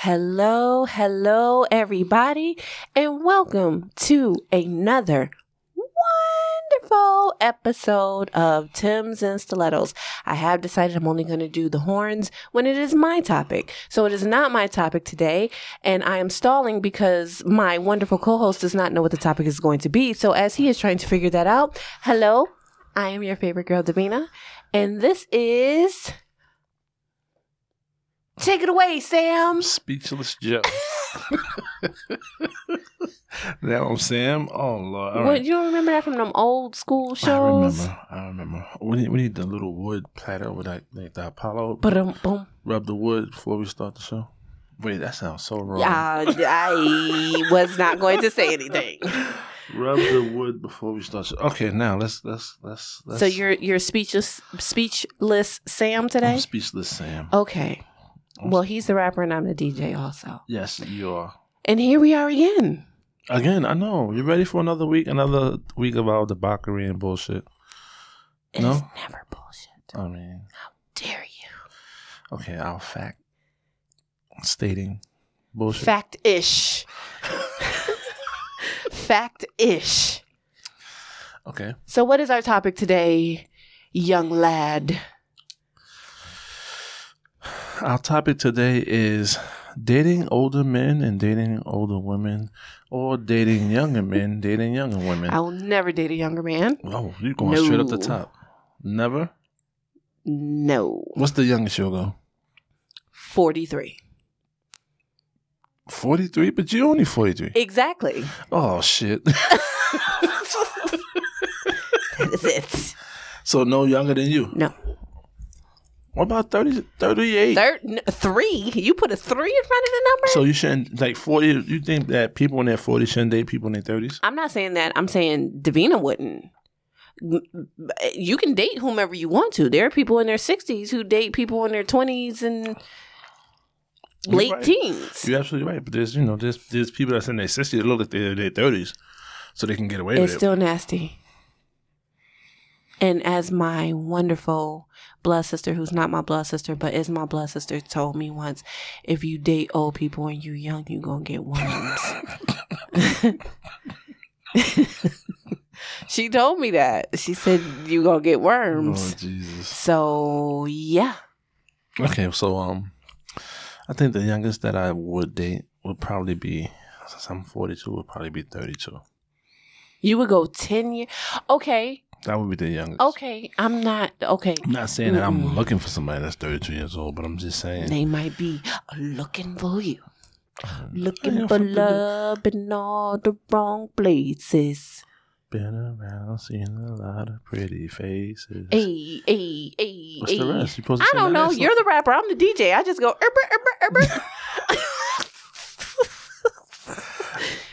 Hello, hello, everybody, and welcome to another wonderful episode of Tim's and Stilettos. I have decided I'm only going to do the horns when it is my topic. So it is not my topic today, and I am stalling because my wonderful co host does not know what the topic is going to be. So as he is trying to figure that out, hello, I am your favorite girl, Davina, and this is. Take it away, Sam. Speechless Joe. that was Sam. Oh Lord. All What, right. You don't remember that from them old school I shows? remember. I remember. We need, we need the little wood platter with that like the Apollo. But um, boom. Rub the wood before we start the show. Wait, that sounds so wrong. Uh, I was not going to say anything. Rub the wood before we start. The show. Okay, now let's let's let's. let's So you're you're speechless, speechless Sam I'm today. Oh. speechless, Sam. Okay. Well, he's the rapper and I'm the DJ also. Yes, you are. And here we are again. Again, I know you're ready for another week, another week of all the debauchery and bullshit. It's No. never bullshit. I mean, Dare you? okay, I'll fact stating bullshit. Fact ish. Fact ish. Okay. So, what is our topic today, young lad? Our topic today is dating older men and dating older women, or dating younger men, dating younger women. I will never date a younger man. oh, you're going straight up the No. top. Never? No. What's the youngest you'll go? 43. 43? But you're only 43. Exactly. Oh, shit. That is it. so no younger than you. No. What about 30, 38? Third, n- three? You put a three in front of the number? So you shouldn't, like 40, you think that people in their 40s shouldn't date people in their 30s? I'm not saying that. I'm saying Davina wouldn't. M- m- You can date whomever you want to. There are people in their 60s who date people in their 20s and You're late right. teens. You're absolutely right. But there's, you know, there's, there's people that's in their 60s that look like they're in their 30s. So they can get away with It's it. still nasty. And as my wonderful blood sister, who's not my blood sister, but is my blood sister, told me once, if you date old people and you young, you gonna get worms. she told me that. She said you gonna get worms. Oh, Jesus. So yeah. Okay, so um, I think the youngest that I would date would probably be since I'm 42 would probably be 32. You would go ten years. Okay, That would be the youngest. okay. Mm. I'm not okay. I'm not saying that I'm Mm-mm. looking for somebody that's 32 years old, but I'm just saying. They might be uh, looking for you. Um, Looking Yeah, for fuck it. love in all the wrong places. Been around, seen a lot of pretty faces. Ay, ay, ay, What's the ay. rest? You supposed to I sing don't that know. next You're song? the rapper. I'm the DJ. I just go erber, erber, erber.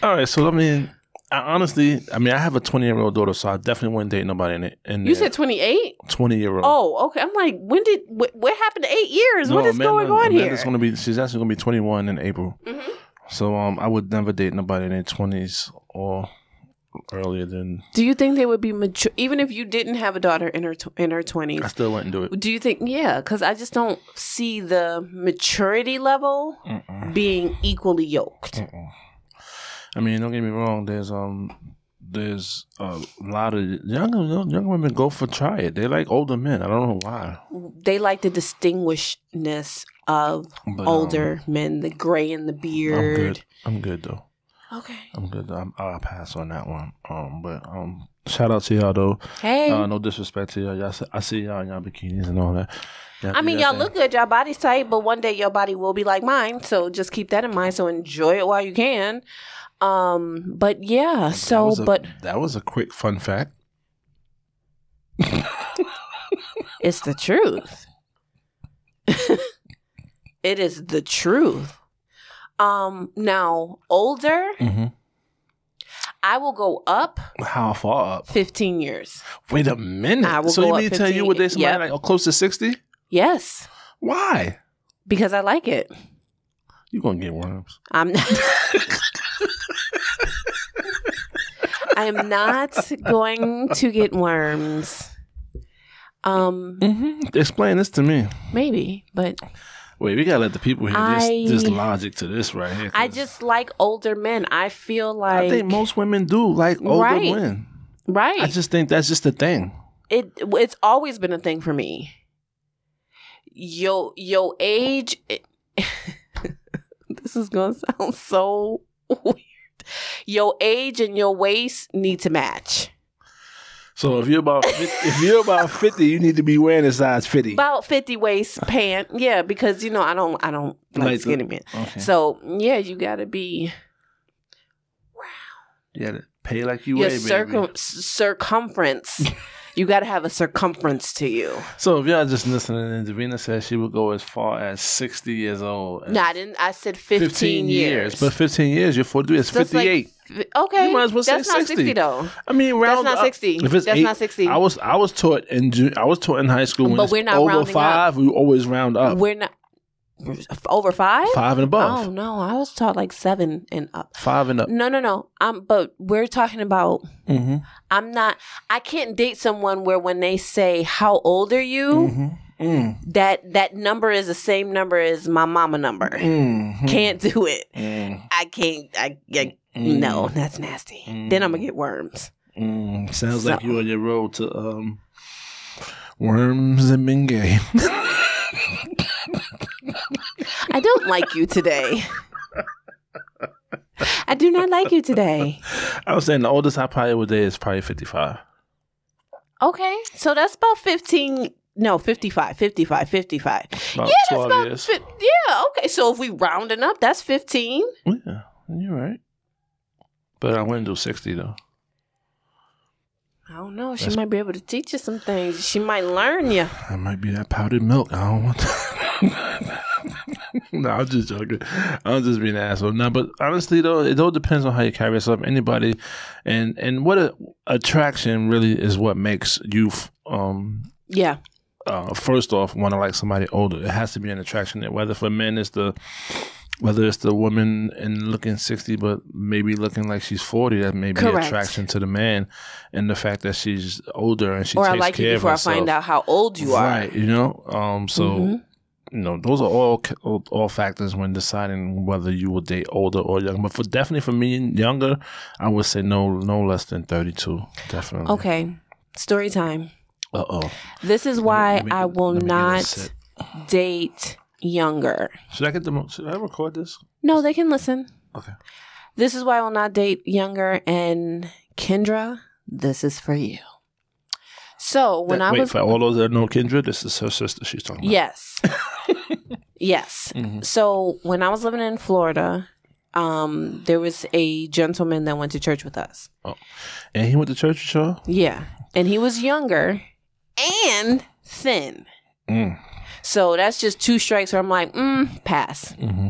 All right, so I mean, I honestly, I mean, I have a 20 year old daughter, so I definitely wouldn't date nobody in it. In You said 28? 20 year old. Oh, okay. I'm like, when did what, what happened to eight years? what is going on here? Amanda's gonna be. She's actually gonna be 21 in April. Mhm. So um, I would never date nobody in their twenties or earlier than. Do you think they would be mature, even if you didn't have a daughter in her tw- in her 20s? I still wouldn't do it. Do you think, yeah, because I just don't see the maturity level Mm-mm. being equally yoked. Mm-mm. I mean, don't get me wrong. There's um, there's a lot of younger young women go for try it. They like older men. I don't know why. They like the distinguishedness of But, um, older men, the gray in the I'm beard. good. I'm good though. Okay. I'm good. Though. I'm, I'll pass on that one. Um, but um, shout out to y'all though. Hey. Uh, no disrespect to y'all. y'all. see- I see y'all in y'all bikinis and all that. Y'all I do mean, y'all y'all thing. look good, y'all body's tight, but one day your body will be like mine. So just keep that in mind. So enjoy it while you can. Um, but yeah, That so was a- but that was a quick fun fact. it's the truth. it is the truth. Um, now older, Mm-hmm. I will go up How far up? fifteen years. Wait a minute. I will so go you up mean to tell you what they 15, somebody yep. like oh, close to sixty? Yes, Why? because I like it. You gonna get worms? I'm I am not going to get worms. Um Mm-hmm. Explain this to me. maybe, but Wait, we gotta let the people hear I- this, this logic to this right here. 'cause I just like older men. I feel I like think most women do like older Right. men. right. I just think that's just the thing. it it's always been a thing for me. Yo, yo, age. this is gonna sound so weird. Your age and your waist need to match. So if you're about 50, if you're about fifty, you need to be wearing a size fifty. About fifty waist pant, yeah, because you know I don't I don't like, Like the- skinny men. Okay. So yeah, you gotta be you gotta pay like you your weigh, circum baby. c- circumference. you gotta have a circumference to you. So if y'all just listening, and Davina says she would go as far as sixty years old. No, I didn't. I said fifteen, years. but fifteen Uh, years, you're forty. It's So it's like- fifty-eight. F- okay, You might as well say that's not 60. sixty though. I mean, That's round not up. sixty. If it's That's eight, not sixty. I was I was taught in ju- I was taught in high school when But it's we're not over rounding up. five. We always round up We're not over five. five and above, Oh no, I was taught like seven and up. five and up. No, no, no. Um, but we're talking about. Mm-hmm. I'm not. I can't date someone where when they say how old are you, Mm-hmm. Mm. that that number is the same number as my mama number. Mm-hmm. Can't do it. Mm. I can't. I, I Mm. no, that's nasty. Then I'm Mm-hmm. gonna get worms. Mm. Sounds So- like you on your road to um, worms and Bengay. I don't like you today. I do not like you today. I was saying the oldest I probably would date is probably fifty-five. Okay, so that's about 15. No, 55, 55, 55. About yeah, that's twelve about years. fi- Yeah, okay. So if we rounding up, that's 15. yeah, you're right. But I wouldn't do sixty though. I don't know. She That's- might be able to teach you some things. She might learn you. That might be that powdered milk. I don't want that. no, I'm just joking. I'm just being an asshole. No, but honestly though, it all depends on how you carry yourself. Anybody, and and what a, attraction really is what makes you f- um Yeah. uh, first off want to like somebody older. It has to be an attraction. There. Whether for men it's the whether it's the woman and looking sixty, but maybe looking like she's forty, that may be Correct. attraction to the man, and the fact that she's older and she or I takes like care you before of I herself. find out how old you are. Right, you know. Um, so Mhm. you know, those are all ca- all- all factors when deciding whether you will date older or younger. But for definitely for me, younger, I would say no, no less than thirty two. Definitely. Okay. Story time. Uh oh. This is why Let me- I will let me get a not sip. date younger. Should I get the? mo- Should I record this? No, they can listen. Okay. This is why I will not date younger. And Kendra, this is for you. So when That- I wait, was for all those that know Kendra, this is her sister. She's talking. About. yes, yes. Mhm. So when I was living in Florida, um, there was a gentleman that went to church with us. And he went to church with y'all. Yeah, and he was younger and thin. Mm. So that's just two strikes where I'm like, mm, pass. hmm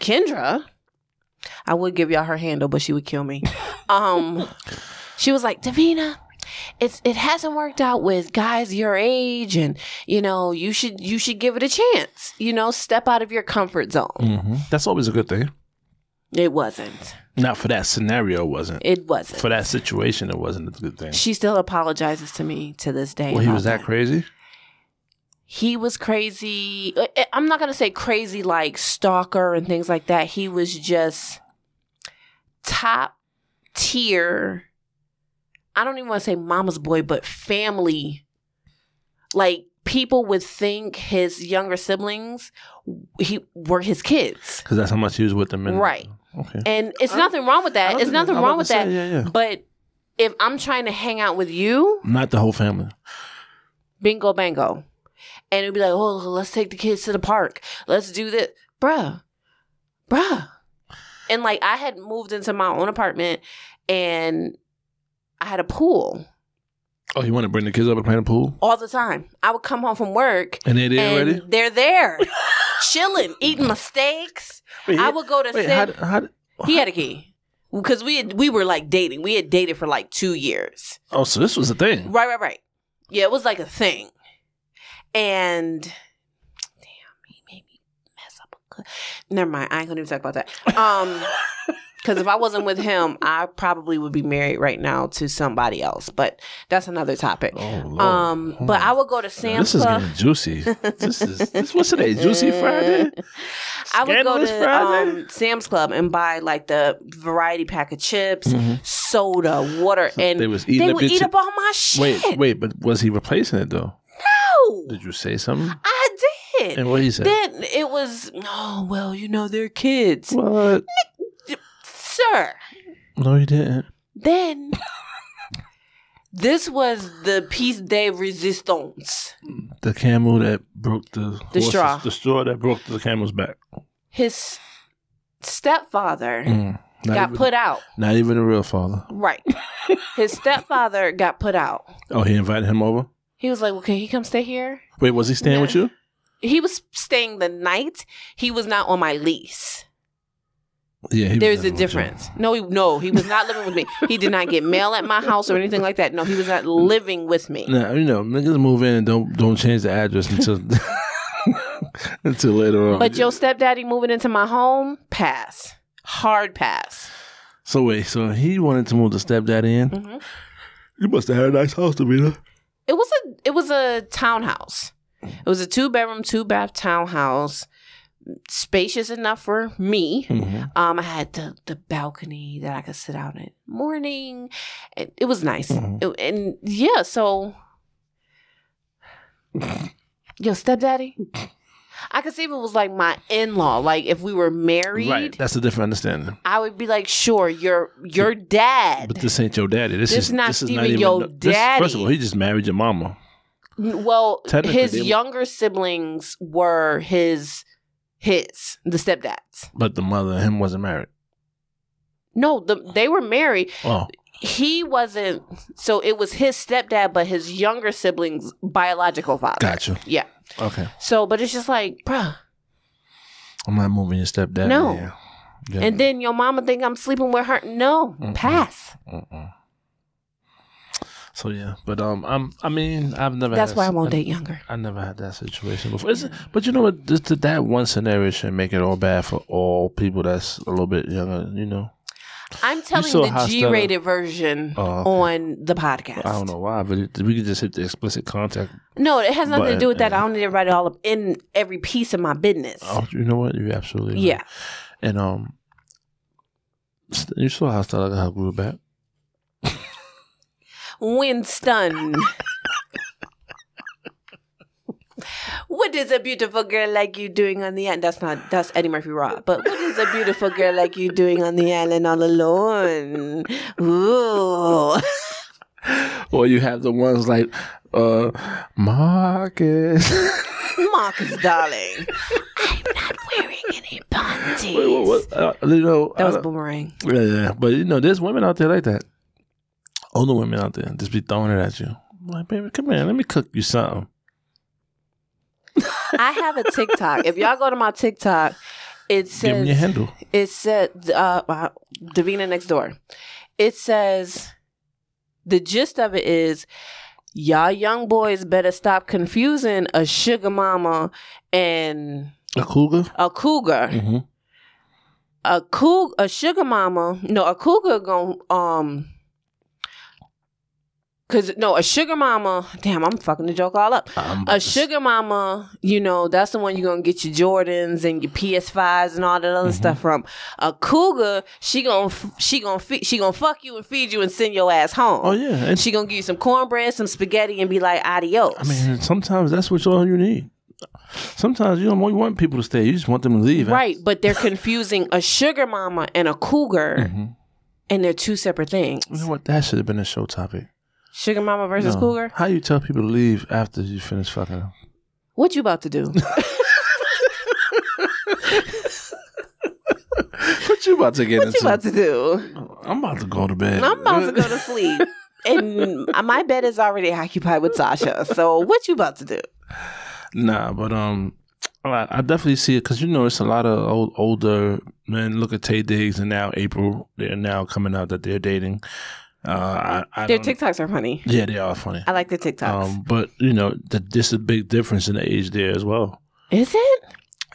Kendra, I would give y'all her handle, but she would kill me. Um, she was like, Davina, it's it hasn't worked out with guys your age, and you know you should you should give it a chance. You know, step out of your comfort zone. hmm That's always a good thing. It wasn't. Not for that scenario, it wasn't. It wasn't. For that situation, it wasn't a good thing. she still apologizes to me to this day. Well, he about was that crazy. he was crazy. I- I- I'm not gonna say crazy like stalker and things like that. He was just top tier. I don't even want to say mama's boy, but family. Like people would think his younger siblings, he were his kids, Because that's how much he was with them. in- Right. Okay. and it's I- nothing wrong with I that. don't It's think- nothing I'm wrong about with to say, that. Yeah, yeah. But if I'm trying to hang out with you, Not the whole family. bingo bango. And it'd be like, oh, let's take the kids to the park. Let's do this. Bruh. Bruh. And like I had moved into my own apartment and I had a pool Oh, you want to bring the kids up and play in the pool? all the time. I would come home from work And they did and already? they're there chilling, eating my steaks. I would go to wait, sit. how, d- how, d- he had a key. Because we had, we were like dating. We had dated for like two years. Oh, so this was a thing. Right, right, right. Yeah, it was like a thing. And damn, he made me mess up a good. Never mind. I ain't gonna even talk about that. Um Because if I wasn't with him, I probably would be married right now to somebody else. But that's another topic. Oh, Lord. Um, Hold but on. I would go to Now, Sam's this is Club. getting juicy. This is this, what's today? Juicy Friday. I would go Scandalous to Friday? um, Sam's Club and buy like the variety pack of chips, soda, water, and Mm-hmm. They they, was eating up would your eat chi- up all my shit. Wait, wait, but was he replacing it though? no, Did you say something? I did. And what he said? Then it was oh well, you know they're kids, What? sir. No, you didn't. Then this was the piece de resistance. The camel that broke the The horse's- straw. the straw that broke the camel's back. His stepfather Mm. Not got even, put out. Not even a real father. Right. His stepfather got put out. Oh, he invited him over. He was like, "Well, can he come stay here?" Wait, was he staying Yeah. with you? He was staying the night. He was not on my lease. Yeah, he was There's a living with you. difference. No, he, no, he was not living with me. He did not get mail at my house or anything like that. No, he was not living with me. Nah, you know, niggas move in and don't don't change the address until until later on. But your stepdaddy moving into my home, pass. Hard pass. so wait, so he wanted to move the stepdad in. hmm You must have had a nice house, Davina. It was a it was a townhouse. It was a two bedroom, two bath townhouse, spacious enough for me. Mm-hmm. Um, I had the, the balcony that I could sit out in the morning. It, it was nice. Mhm. It- and yeah, so yo, stepdaddy. I could see if it was like my in law, like if we were married, Right, that's a different understanding. I would be like, sure, you're your dad. But this ain't your daddy. This, This is not this is Steven, not even your this- first daddy. of all, he just married your mama. N- Well, Technically, his they were- younger siblings were his his the stepdads. But the mother and him wasn't married. No, the, they were married. Oh, He wasn't. So it was his stepdad, but his younger siblings' biological father. gotcha. Yeah. Okay. So, but it's just like, bruh. I'm not moving your stepdad. No. in here. Yeah. And then your mama think I'm sleeping with her. No, Mm-mm. pass. Mm-mm. So yeah, but um, I'm. I mean, I've never. That's had why I s- won't I- date younger. I never had that situation before. It's, but you know what? This, that one scenario should make it all bad for all people that's a little bit younger. You know, I'm telling so the hostile. G-rated version Oh, okay. on the podcast. I don't know why, but it, we could just hit the explicit contact. No, it has nothing to But- uh, do with that. I don't need everybody all up in every piece of my business. Oh, you know what? You're absolutely right. yeah. And um, st- you saw how Stella got her groove back. Winston. what is a beautiful girl like you doing on the island? That's not that's Eddie Murphy Raw. But what is a beautiful girl like you doing on the island all alone? Ooh. Or you have the ones like uh Marcus. Marcus darling. I'm not wearing any panties. Wait, what- what- uh, you know, That was I don't- boomerang. yeah, yeah, but you know, there's women out there like that. Older women out there just be throwing it at you. I'm like, baby, come here, let me cook you something. I have a TikTok. If y'all go to my TikTok, it Give me your says handle. it said uh, uh Davina next door. It says the gist of it is y'all young boys better stop confusing a sugar mama and A cougar. a cougar. Mm-hmm. A coug a sugar mama, no, a cougar going um cuz no, a sugar mama, damn, I'm fucking the joke all up. I'm A sugar mama, you know, that's the one you're gonna get your Jordans and your PS5s and all that Mm-hmm. other stuff from. A cougar, she gonna f- she gonna fe- she gonna fuck you and feed you and send your ass home. Oh yeah, and And she gonna give you some cornbread, some spaghetti, and be like, adios. I mean, sometimes that's what all you need. Sometimes you don't want, you want people to stay. You just want them to leave. right? But they're confusing a sugar mama and a cougar, Mhm. and they're two separate things. You know what? That should have been a show topic. Sugar mama versus No. cougar. How you tell people to leave after you finish fucking them? What you about to do? What you about to get what you into? about to do? I'm about to go to bed. I'm about to go to sleep. And my bed is already occupied with Sasha. So what you about to do? Nah, but um, I, I definitely see it because you know it's a lot of old older men. Look at Tay Diggs and now April. They're now coming out that they're dating. Uh, I, I Their don't- TikToks are funny. Yeah, they are funny. I like the TikToks. Um, but you know, the, this is a big difference in the age there as well. is it?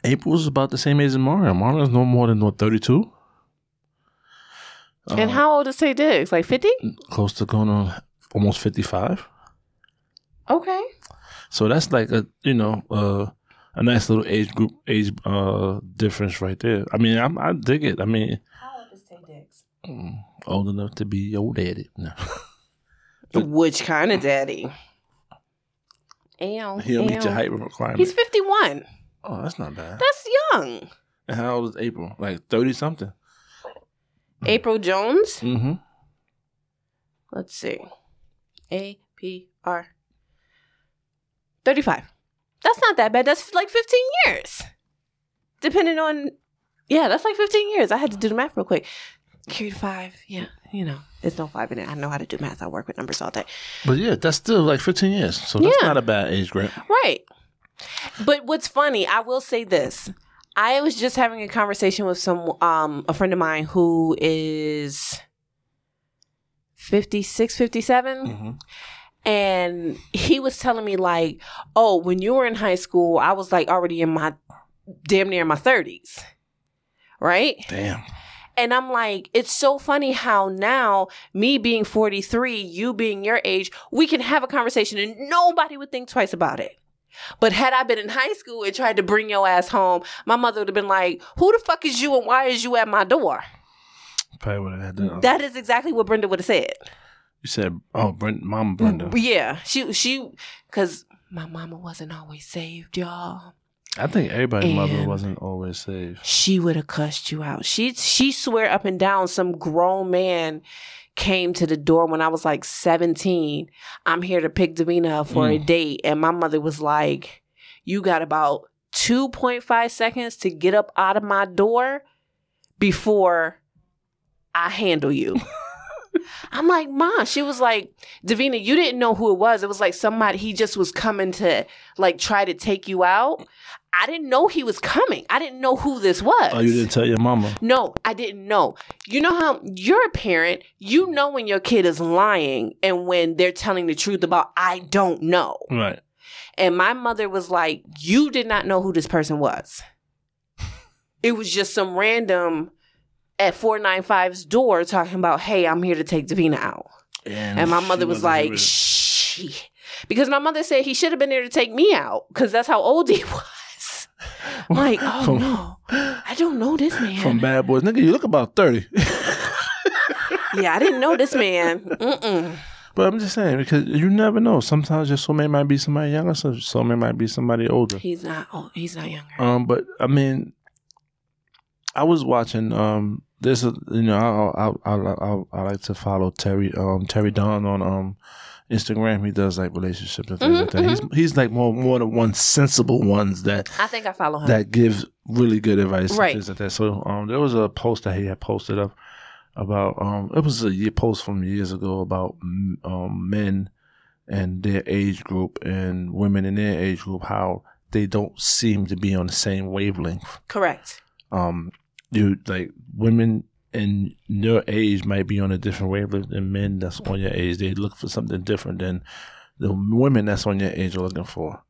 April's about the same age as Mario. Mario's no more than what thirty two. and Uh, how old is Tay Diggs? Like 50? close to going on almost 55. Okay. So that's like a you know uh, a nice little age group age uh, difference right there. I mean, I'm, I dig it. I mean, How old is Tay Diggs? mm, old enough to be your daddy. No. Which kind of daddy? Ew. He'll meet ew. your height requirement. He's 51. oh, that's not bad. That's young. And how old is April? Like thirty something. April Jones? Mm-hmm. Let's see. A P R. 35. That's not that bad. That's like 15 years. Depending on. Yeah, that's like 15 years. I had to do the math real quick. Carried five. Yeah, you know, it's no five in it. I know how to do math. I work with numbers all day. But yeah, that's still like fifteen years. So that's Yeah. not a bad age group. Right. But what's funny, I will say this. I was just having a conversation with some um a friend of mine who is 56, 57 Mm-hmm. and he was telling me like, "Oh, when you were in high school, I was like already in my damn near my 30s." Right? Damn. And I'm like, it's so funny how now, me being 43, you being your age, we can have a conversation and nobody would think twice about it. But had I been in high school and tried to bring your ass home, my mother would have been like, Who the fuck is you and why is you at my door? Probably would have had that. That is exactly what Brenda would have said. you said, oh, Brent, Mom Brenda. Yeah. She, she, cause my mama wasn't always saved, y'all. I think everybody's mother And- wasn't always safe. she would have cussed you out. She she swear up and down some grown man came to the door when I was like 17. I'm here to pick Davina up for a date. And my mother was like, You got about 2.5 seconds to get up out of my door before I handle you. I'm like, Ma, she was like, Davina, you didn't know who it was. It was like somebody, he just was coming to like try to take you out. I didn't know he was coming. I didn't know who this was. Oh, you didn't tell your mama. No, I didn't know. You know how you're a parent, you know when your kid is lying and when they're telling the truth about, I don't know. Right. And my mother was like, You did not know who this person was. It was just some random at 495's door talking about, Hey, I'm here to take Davina out. And my she mother was wasn't like, even- Shh. Because my mother said he should have been there to take me out because that's how old he was. I'm like, Oh From- no, I don't know this man. from Bad Boys. Nigga, you look about 30. yeah, I didn't know this man. Mm-mm. but I'm just saying, because you never know. Sometimes your soulmate might be somebody younger, so your soulmate might be somebody older. He's not. Oh, he's not younger. Um, but I mean, I was watching. Um, there's a you know I I I, I, I like to follow Terry um Terry Don on um Instagram. He does like relationships and things like that. He's he's like more more the one sensible ones that I think I follow him. that gives really good advice Uh, Right. and things like that. So um, there was a post that he had posted up about um, it was a year post from years ago about mm, um, men and their age group and women in their age group how they don't seem to be on the same wavelength. Correct. Um, you like women in your age might be on a different wavelength than men that's on your age. They look for something different than the women that's on your age are looking for.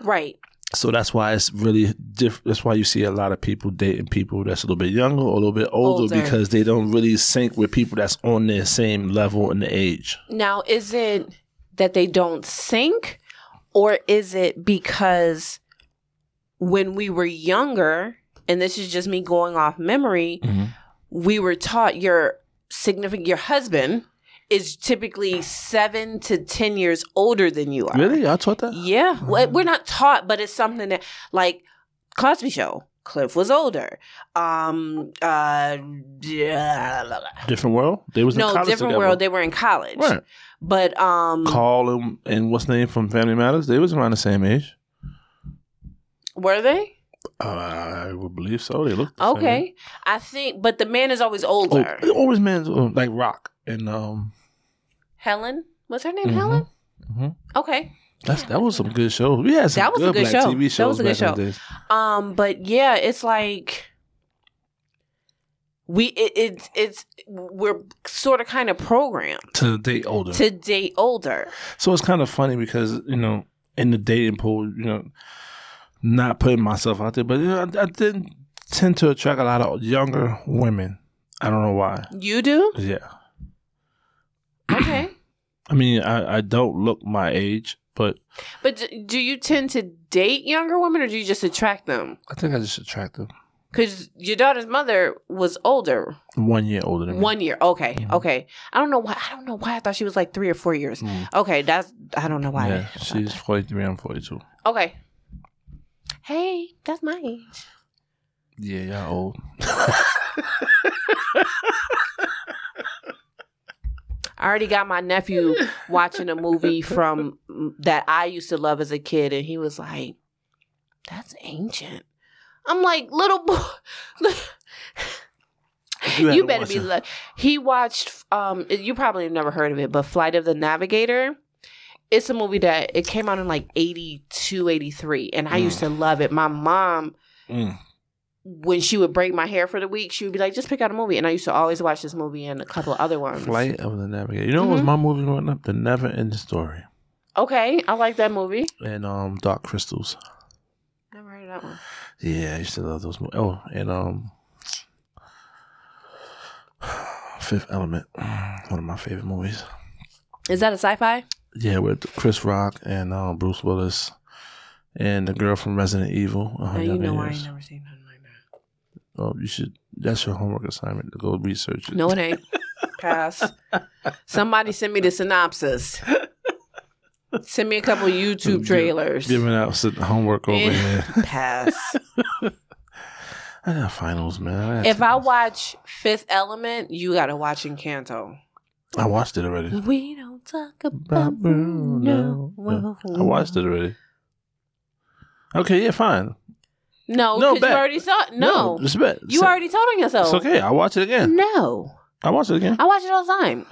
Right. So that's why it's really diff- that's why you see a lot of people dating people that's a little bit younger or a little bit older, Older. because they don't really sync with people that's on their same level in the age. Now, is it that they don't sink, or is it because when we were younger, and this is just me going off memory, Mhm. we were taught your significant your husband is typically seven to ten years older than you are. Really? Y'all taught that? Yeah, well, we're not taught, but it's something that like Cosby Show. Cliff was older. Um, uh, yeah, la, la, la. Different world? They was in no, college different together. world. They were in college, right. but um, Carl and, and what's name from Family Matters? They was around the same age. were they Uh, I would believe so. They looked the same. okay? I think, but the man is always Oh, older. it always man's oh, like rock and um Helen was her name. Mhm. Helen. Mhm. Okay. that's that was some good show. We had some That was a good, good black show. TV shows That was a good back in the days. Um, but yeah, it's like we it, it it's we're sort of kind of programmed To date older. to date older. So it's kind of funny because you know, in the dating pool, you know, not putting myself out there, but you know, I, I did tend to attract a lot of younger women. I don't know why. You do? Yeah. Okay. I mean, I, I don't look my age, but but d- do you tend to date younger women or do you just attract them? I think I just attractive. Because your daughter's mother was older, One year older than me. one year. Okay, Mhm. okay. I don't know why. I don't know why. I thought she was like three or four years. Mm. Okay, that's. I don't know why. Yeah, she's 43, I'm 42. Okay. Hey, that's my age. Yeah, y'all old. I already got my nephew watching a movie from that I used to love as a kid, and he was like, "That's ancient." I'm like, little boy, You you, haven't better watched be. it. Li- he watched. Um, you probably have never heard of it, but Flight of the Navigator. It's a movie that it came out in like 82, 83, and I Mm. used to love it. My mom, Mm. when she would braid my hair for the week, she would be like, "Just pick out a movie," and I used to always watch this movie and a couple other ones. Flight of the Navigator. You know what was Mhm. my movie growing up? The Never Ending Story Okay, I like that movie. and um Dark Crystals. Never heard of that one. Yeah, I used to love those movies. Oh, and um Fifth Element, one of my favorite movies. Is that a sci-fi? Yeah, with Chris Rock and um, Bruce Willis and the girl from Resident Evil. Oh, No, you Young know I Years. ain't never seen nothing like that. Oh, you should. That's your homework assignment to go research it. No, it ain't. Pass. Somebody send me the synopsis. Send me a couple YouTube Gi- trailers. giving out s- homework over Eh. here. Pass. I got finals, man. I got If to- I watch Fifth Element, you gotta watch Encanto. I watched it already. We don't talk About about Bruno. Bruno. Mm-hmm. I watched it already. Okay, yeah, fine. No, No, because you bet. already saw. No, respect. you Mm-hmm. So- already told on yourself. It's okay. I watch it again. No, I watch it again. I watch it all the time.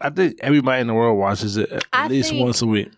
I think everybody in the world watches it at I least think- once a week.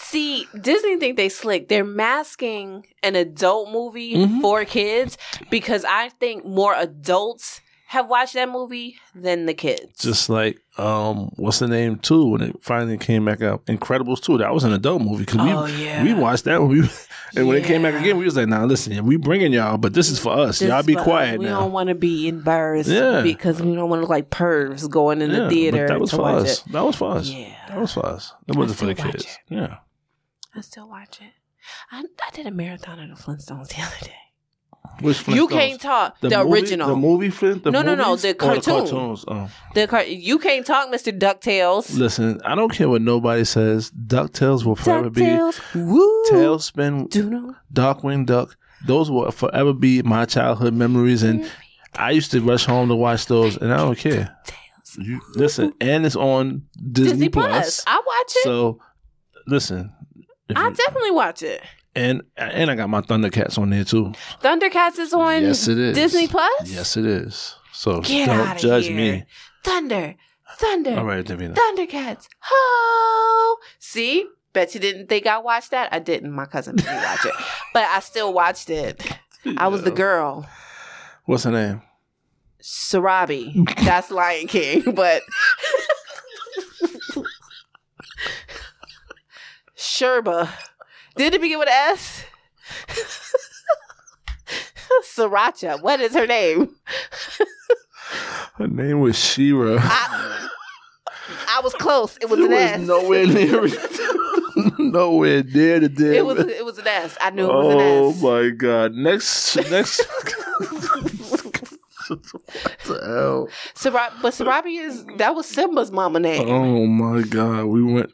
See, Disney think they slick. They're masking an adult movie Mhm. for kids because I think more adults have watched that movie than the kids. Just like um, what's the name too? When it finally came back out, Incredibles two. That was an adult movie because we oh yeah, we watched that one. We, and when it came back Yeah. again, we was like, "Nah, listen, we bringing y'all, but this is for us. y'all be This- quiet uh, We now." don't want to be embarrassed Yeah. because we don't want to look like pervs going in Yeah, the but theater That was to for watch us. it. That was for us. Yeah, That was for us. It wasn't for still the watch kids. it. Yeah. I still watch it. I, I did a marathon of the Flintstones the other day. Which You Flintstones? can't talk the, movie- original. the movie Flint. The No, no, no, movies? the Or cartoon. cartoons. Oh. The car- you can't talk, Mister Ducktales. Listen, I don't care what nobody says. Ducktales will forever Ducktales, woo, be Tailspin, Duno. Darkwing Duck. Those will forever be my childhood memories, and I used to rush home to watch those, and I don't care. Tails. You, listen, and it's on Disney, Disney Plus. Plus. I watch it. So, listen, if I you- definitely watch it. and and I got my Thundercats on there too. Thundercats is on Yes, it is. Disney Plus. Yes, it is. So Get don't outta judge here. me. Thunder, Thunder, All right, Davina. Thundercats. Ho! See, bet you didn't think I watched that. I didn't. My cousin made me watch it, but I still watched it. I was the Yeah. girl, Uh, What's her name? Sarabi. That's Lion King, but. Sherba. Did it begin with a S? Sriracha. What is her name? Her name was Shira. I, I was close. It was an S. nowhere near it. nowhere near the damn. it was it was an S. I knew it was oh an S. my god! Next, next. what the hell? Sarab- but Sarabi is that was Simba's mama name. Oh my god! We went.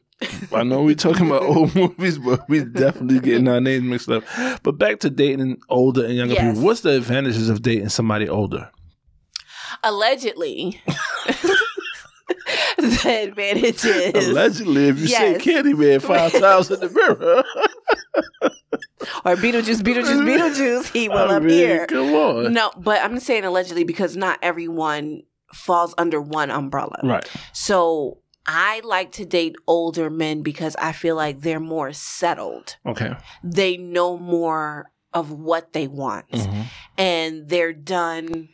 I know we talking about old movies, but we definitely getting our names mixed up. But back to dating older and younger Yes. people. What's the advantages of dating somebody older? Uh-huh. Allegedly. the advantages. Allegedly, if you Yes. say Candyman five times in the mirror, or Beetlejuice, Beetlejuice, Beetlejuice, he will I mean, appear. Come on, No, but I'm saying allegedly because not everyone falls under one umbrella. right? So I like to date older men because I feel like they're more settled. Okay. They know more of what they want. Mm-hmm. and they're done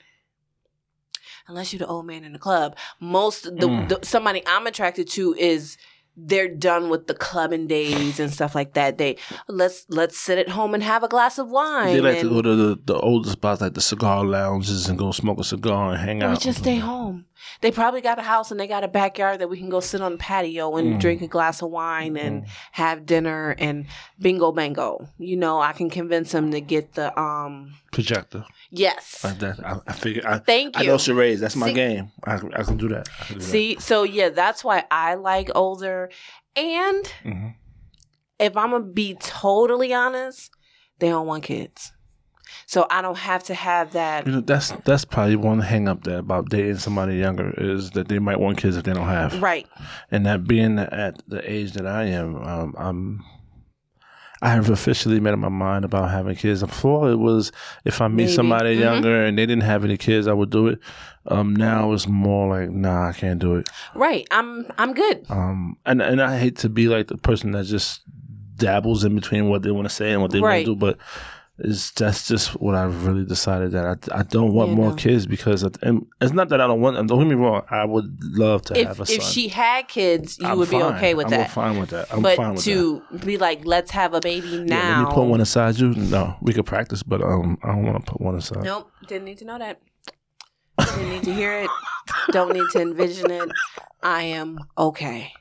unless you're the old man in the club most the, Mm. the somebody i'm attracted to is they're done with the clubbing days and stuff like that. They let's let's sit at home and have a glass of wine. They like to and go to the, the older spots, like the cigar lounges, and go smoke a cigar and hang or out. just stay home. They probably got a house and they got a backyard that we can go sit on the patio and Mm. drink a glass of wine and have dinner and bingo bango. You know, I can convince them to get the um projector. yes. Like that. I, I figure. I, Thank you. I know charades. That's my See- game. I, I can do that. I can do that. See, so yeah, that's why I like older. And Mhm. if I'm gonna be totally honest, they don't want kids, so I don't have to have that. You know, that's that's probably one hang up there about dating somebody younger is that they might want kids if they don't have. Right, And that being at the age that I am, um, I'm I have officially made up my mind about having kids. Before it was if I meet Maybe. somebody Mhm. younger and they didn't have any kids, I would do it. Um, now it's more like, nah, I can't do it. right. I'm I'm good. Um, and and I hate to be like the person that just dabbles in between what they want to say and what they Right. want to do, but it's that's just what I've really decided that I, I don't want Yeah, more no. kids because at the end- it's not that I don't want them. Don't get me wrong. I would love to If have a son. if she had kids, you I'm would be fine. okay with I'm that. fine with that. I'm fine but with that. to be like, let's have a baby Yeah, now. let me put one aside you. No, we could practice, but um, I don't want to put one aside. nope, didn't need to know that. Didn't need to hear it. Don't need to envision it. I am okay.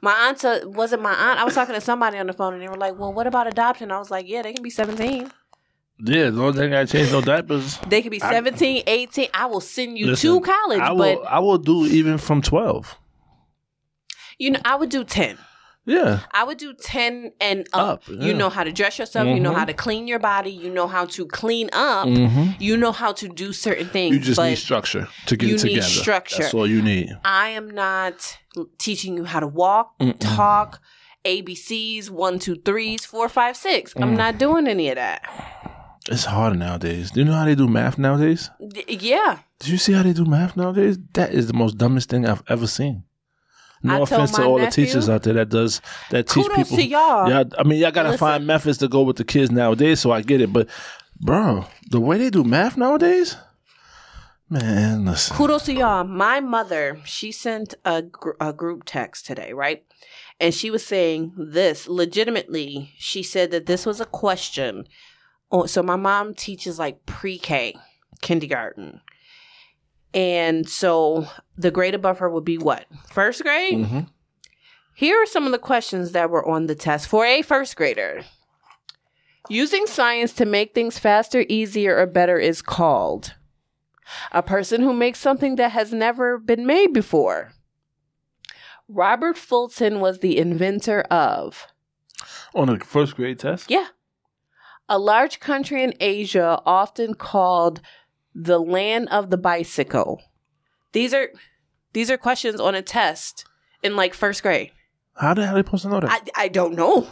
My aunt uh, wasn't my aunt. I was talking to somebody on the phone, and they were like, "Well, what about adoption?" I was like, "Yeah, they can be 17. Yeah, the only thing I change no diapers. They can be I- 17, 18. I will send you Listen, to college, I will. but I will do even from twelve. you know, I would do 10. Yeah, I would do 10 and up. Up, yeah. You know how to dress yourself. You know Mhm. how to clean your body. You know how to clean up. Mhm. You know how to do certain things. you just but need structure to get you it need together. structure. That's all you need. I am not teaching you how to walk, Mm-mm. talk, ABCs, one, two, threes, four, five, six. I'm Mm. not doing any of that. It's harder nowadays. Do you know how they do math nowadays? D- yeah. Do you see how they do math nowadays? That is the most dumbest thing I've ever seen. I No told offense to my all nephew- the teachers out there that does that teach Kudos people. to y'all. Yeah, I mean, y'all gotta Listen. find methods to go with the kids nowadays. So I get it, but bro, the way they do math nowadays, man, listen. Kudos to y'all. My mother, she sent a, gr- a group text today, right? And she was saying this legitimately. She said that this was a question. Oh, so my mom teaches like pre K, kindergarten. And so the grade above her would be what? First grade? hmm Here are some of the questions that were on the test for a first grader. Using science to make things faster, easier, or better is called a person who makes something that has never been made before. Robert Fulton was the inventor of On a first grade test, yeah, a large country in Asia often called the land of the bicycle. These are these are questions on a test in like first grade. how the hell they supposed to know that? I, I don't know.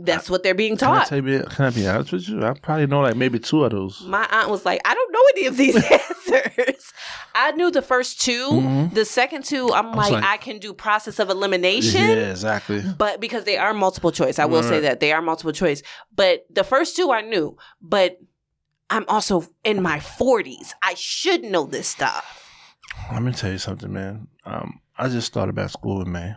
That's what they're being can I taught. tell you- can I be honest with you? I probably know like maybe two of those. My aunt was like, I don't know any of these answers. I knew the first 2 Mhm. The second two, I'm was like, like- I can do process of elimination. Yeah, exactly. But because they are multiple choice, I will say Right. that they are multiple choice. But the first two I knew, but I'm also in my 40s. I should know this stuff. Let me tell you something, man. Um, I just started back school in May.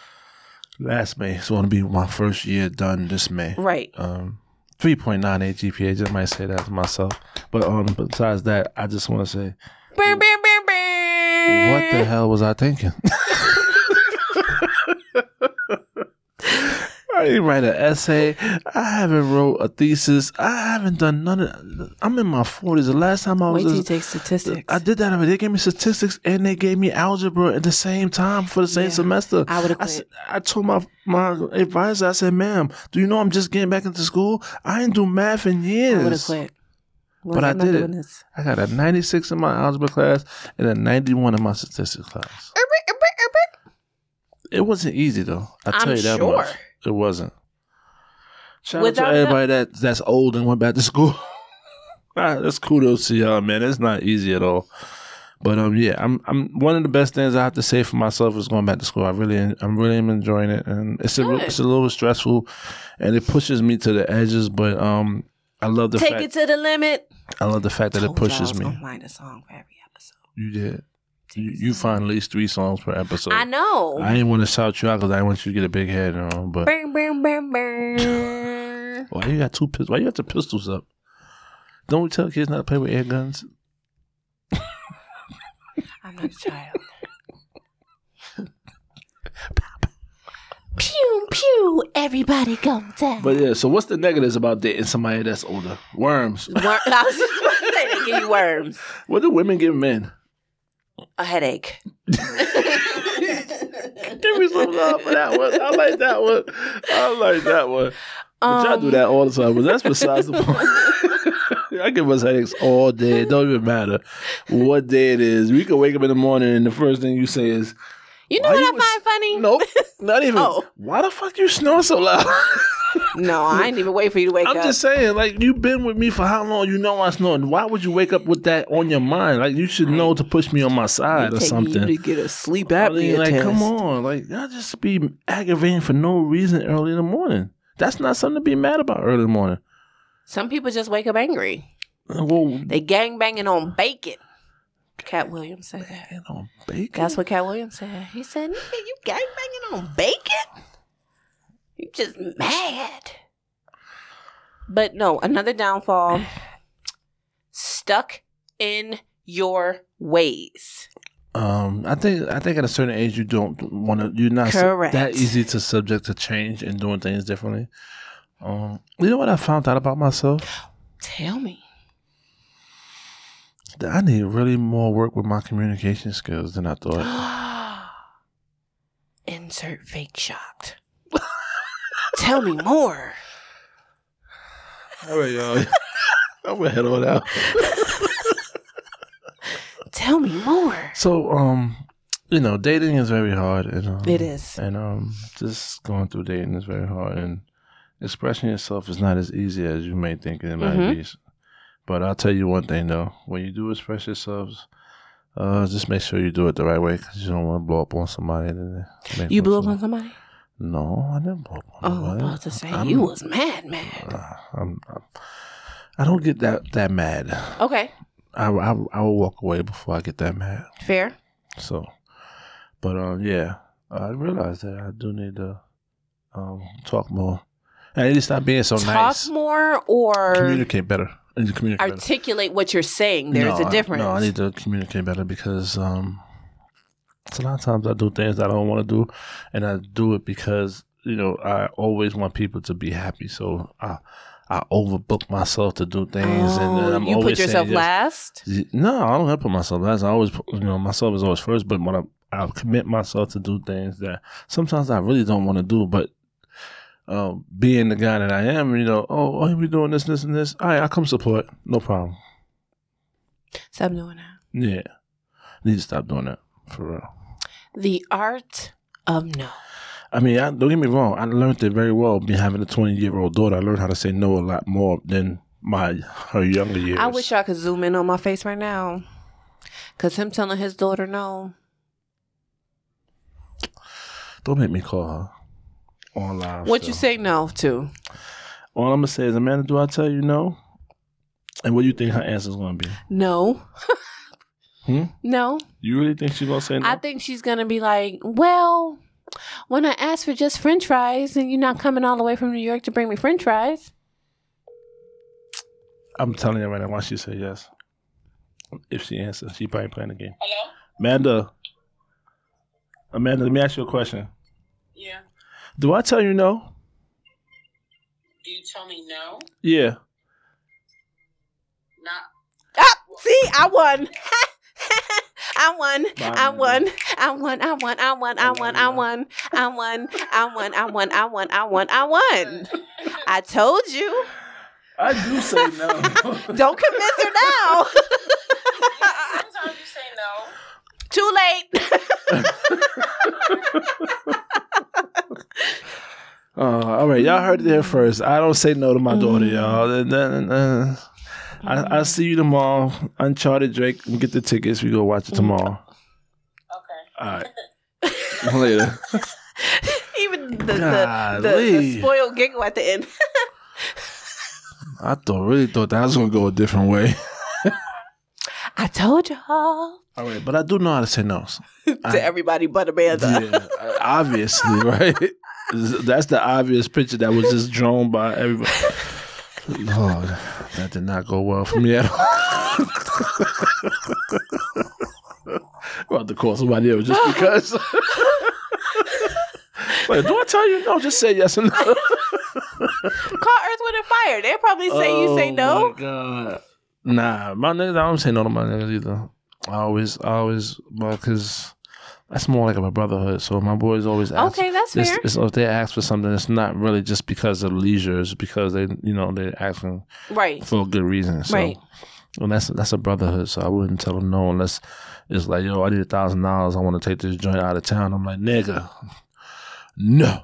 Last May, it's going to be my first year done this May. Right. Um, three point nine eight GPA. Just might say that to myself, but um, besides that, I just want to say, Bam, bam, bam, bam. what the hell was I thinking? I didn't write an essay. I haven't wrote a thesis. I haven't done none of. I'm in my forties. The last time I was Wait till this- you take statistics. I did that already. They gave me statistics and they gave me algebra at the same time for the same Yeah, semester. I would've I, s- quit. I told my my advisor, I said, "Ma'am, do you know I'm just getting back into school? I ain't do math in years." I would have quit. Like, But I I'm not did it. doing this. I got a 96 in my algebra class and a 91 in my statistics class. It wasn't easy though. I tell I'm you that sure. much. It wasn't. Shout out Without to everybody that that's old and went back to school. Ah, that's kudos to y'all, man. It's not easy at all. But um, yeah, I'm I'm one of the best things I have to say for myself is going back to school. I really I'm really am enjoying it, and it's a Good. it's a little stressful, and it pushes me to the edges. But um, I love the Take fact it to the limit. I love the fact that it pushes me. find a song for every episode. You did. You, you find at least three songs per episode. I know. I didn't want to shout you out because I didn't want you to get a big head, you know, but Burn, burn, burn, burn. why you got two pistols? Why you got the pistols up? Don't we tell kids not to play with air guns? I'm not a child. pew, pew. Everybody go down. But yeah, so what's the negatives about dating somebody that's older? Worms. Wor- I was just about to say they give you worms. What do women give men? A headache. Give me some love for that one. I like that one. I like that one. But y'all Um, do that all the time, but that's besides the point. I give us headaches all day. It don't even matter what day it is. We can wake up in the morning and the first thing you say is, You know Why what you I was- find funny? Nope, not even. Oh. Why the fuck you snore so loud? No, I ain't even wait for you to wake I'm up. just saying, like, you've been with me for how long? You know I snore. Why would you wake up with that on your mind? Like, you should know to push me on my side or Taking something. you to get a sleep I apnea mean, like, test. come on, like y'all just be aggravating for no reason early in the morning. That's not something to be mad about early in the morning. Some people just wake up angry. Well, They gang banging on bacon. Cat Williams said that. you know, bacon. That's what Cat Williams said. He said, "Nigga, you gang banging on bacon? You just mad." But no, another downfall. Stuck in your ways. um, I think I think at a certain age you don't want to. You're not su- Correct. that easy to subject to change and doing things differently. Um, you know what I found out about myself? Tell me. That I need really more work with my communication skills than I thought. Insert fake shot. Tell me more. All right, y'all. I'm gonna head on out. Tell me more. So, um, you know, dating is very hard. And, um, It is. And um, just going through dating is very hard, and expressing yourself is not as easy as you may think it might Mhm. be. But I'll tell you one thing though: when you do express yourselves, uh, just make sure you do it the right way because you don't want to blow up on somebody. that make You them blew up feel- on somebody? No, I didn't blow up on Oh, I'm nobody. about to say I'm- you was mad, mad. Uh, I'm, I'm, I don't get that that mad. Okay, I, I I will walk away before I get that mad. fair. So, but um, yeah, I realized that I do need to um talk more. I need to stop being so Talk nice. more or Communicate better. I need to communicate better. articulate what you're saying. There's No, a I- difference. no, I need to communicate better because um, it's a lot of times I do things I don't want to do, and I do it because you know I always want people to be happy. So I I overbook myself to do things, and, Oh, and I'm you always put yourself saying yes. last. No, I don't have to put myself last. I always, put- you know, myself is always first. But when I, I commit myself to do things that sometimes I really don't want to do, but um, being the guy that I am, you know, oh, oh, we doing this, this, and this. All right, I come support, no problem. Stop doing that. Yeah, need to stop doing that for real. The art of no. I mean, I, don't get me wrong. I learned it very well. Be having a twenty-year-old daughter, I learned how to say no a lot more than my her younger years. I wish y'all could zoom in on my face right now. Cause him telling his daughter no. don't make me call her on live. What so. you say no to? All I'm gonna say is, Amanda, do I tell you no? And what do you think her answer's gonna be? No. Hmm? No. You really think she's gonna say no? I think she's gonna be like, well, when I asked for just French fries, and you're not coming all the way from New York to bring me French fries. I'm telling you right now, why she said yes. If she answers, she probably playing the game. Hello, Amanda. Amanda, let me ask you a question. Yeah. Do I tell you no? You tell me no, Yeah. not Ah, see, I won. I won. I won. I won. I won. I won. I won. I won. I won. I won. I won. I won. I won. I won. I told you. I do say no. Don't convince her now. sometimes you say no. Too late. uh, all right, y'all heard it there first. I don't say no to my Mm. daughter, y'all. And then, uh, I, I'll see you tomorrow. Uncharted Drake, we get the tickets. We go Mm. watch it tomorrow. Okay. All right. Later. Even the the, the, the Golly. spoiled giggle at the end. I thought really thought that was gonna go a different way. I told y'all. All right, but I do know how to say no. I- to everybody but Amanda. Yeah, uh, obviously, right? That's the obvious picture that was just drawn by everybody. Lord, that did not go well for me at all. About to call somebody else just because. Wait, do I tell you no? Just say yes and no. Call Earth, Wind, and Fire. They probably say you say Oh, no. my God. Nah, my niggas. I don't say no to my niggas either. I always, I always, well, cause that's more like of a brotherhood. So my boys always ask. Okay, that's It's, fair. it's, if they ask for something, it's not really just because of leisure. It's because they, you know, they're asking Right. for a good reason. So, Right. And that's that's a brotherhood. So I wouldn't tell them no unless it's like, yo, I need a thousand dollars. I want to take this joint out of town. I'm like, nigga, no.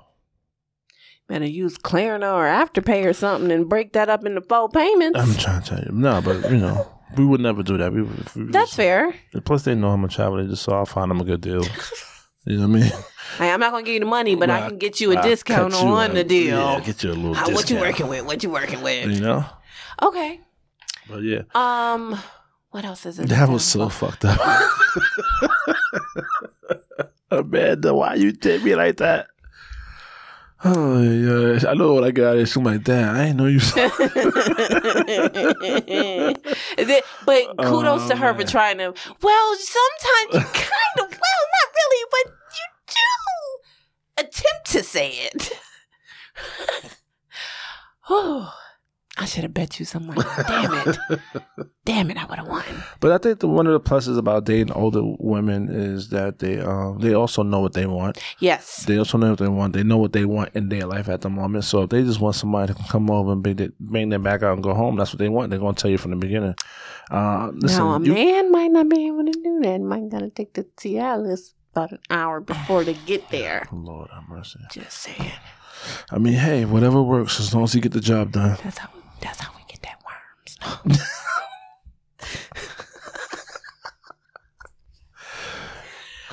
Better use Klarna or Afterpay or something and break that up into four payments. I'm trying to tell you, no, but you know, we would never do that. We, would- if we was- That's fair. Plus, they know I'm a travel agent, so I'll find them a good deal. You know what I mean? Hey, I'm not gonna give you the money, but I Well, can get you a I'll discount cut you on a- the deal. Yeah, get you a little How, discount. what you working with? What you working with? You know? Okay. But yeah, Um. What else is it? that was so fucked up. Amanda, Oh, why you did me like that? Oh yeah, I know what I got. It's like, damn, I ain't know you. Th- but kudos Oh, to her man. for trying to. Well, sometimes you kind of well, not really, but you do attempt to say it. Whew. I should have bet you some money. Damn it! Damn it! I would have won. But I think the, one of the pluses about dating older women is that they um they also know what they want. Yes. They also know what they want. They know what they want in their life at the moment. So if they just want somebody to come over and bring, it, bring them back out and go home, that's what they want. They're going to tell you from the beginning. Uh, listen, now a you, man might not be able to do that. Might gotta take the Cialis about an hour before they get there. Lord have mercy. Just saying. I mean, hey, whatever works as long as you get the job done. That's how. We, that's how we get that worms.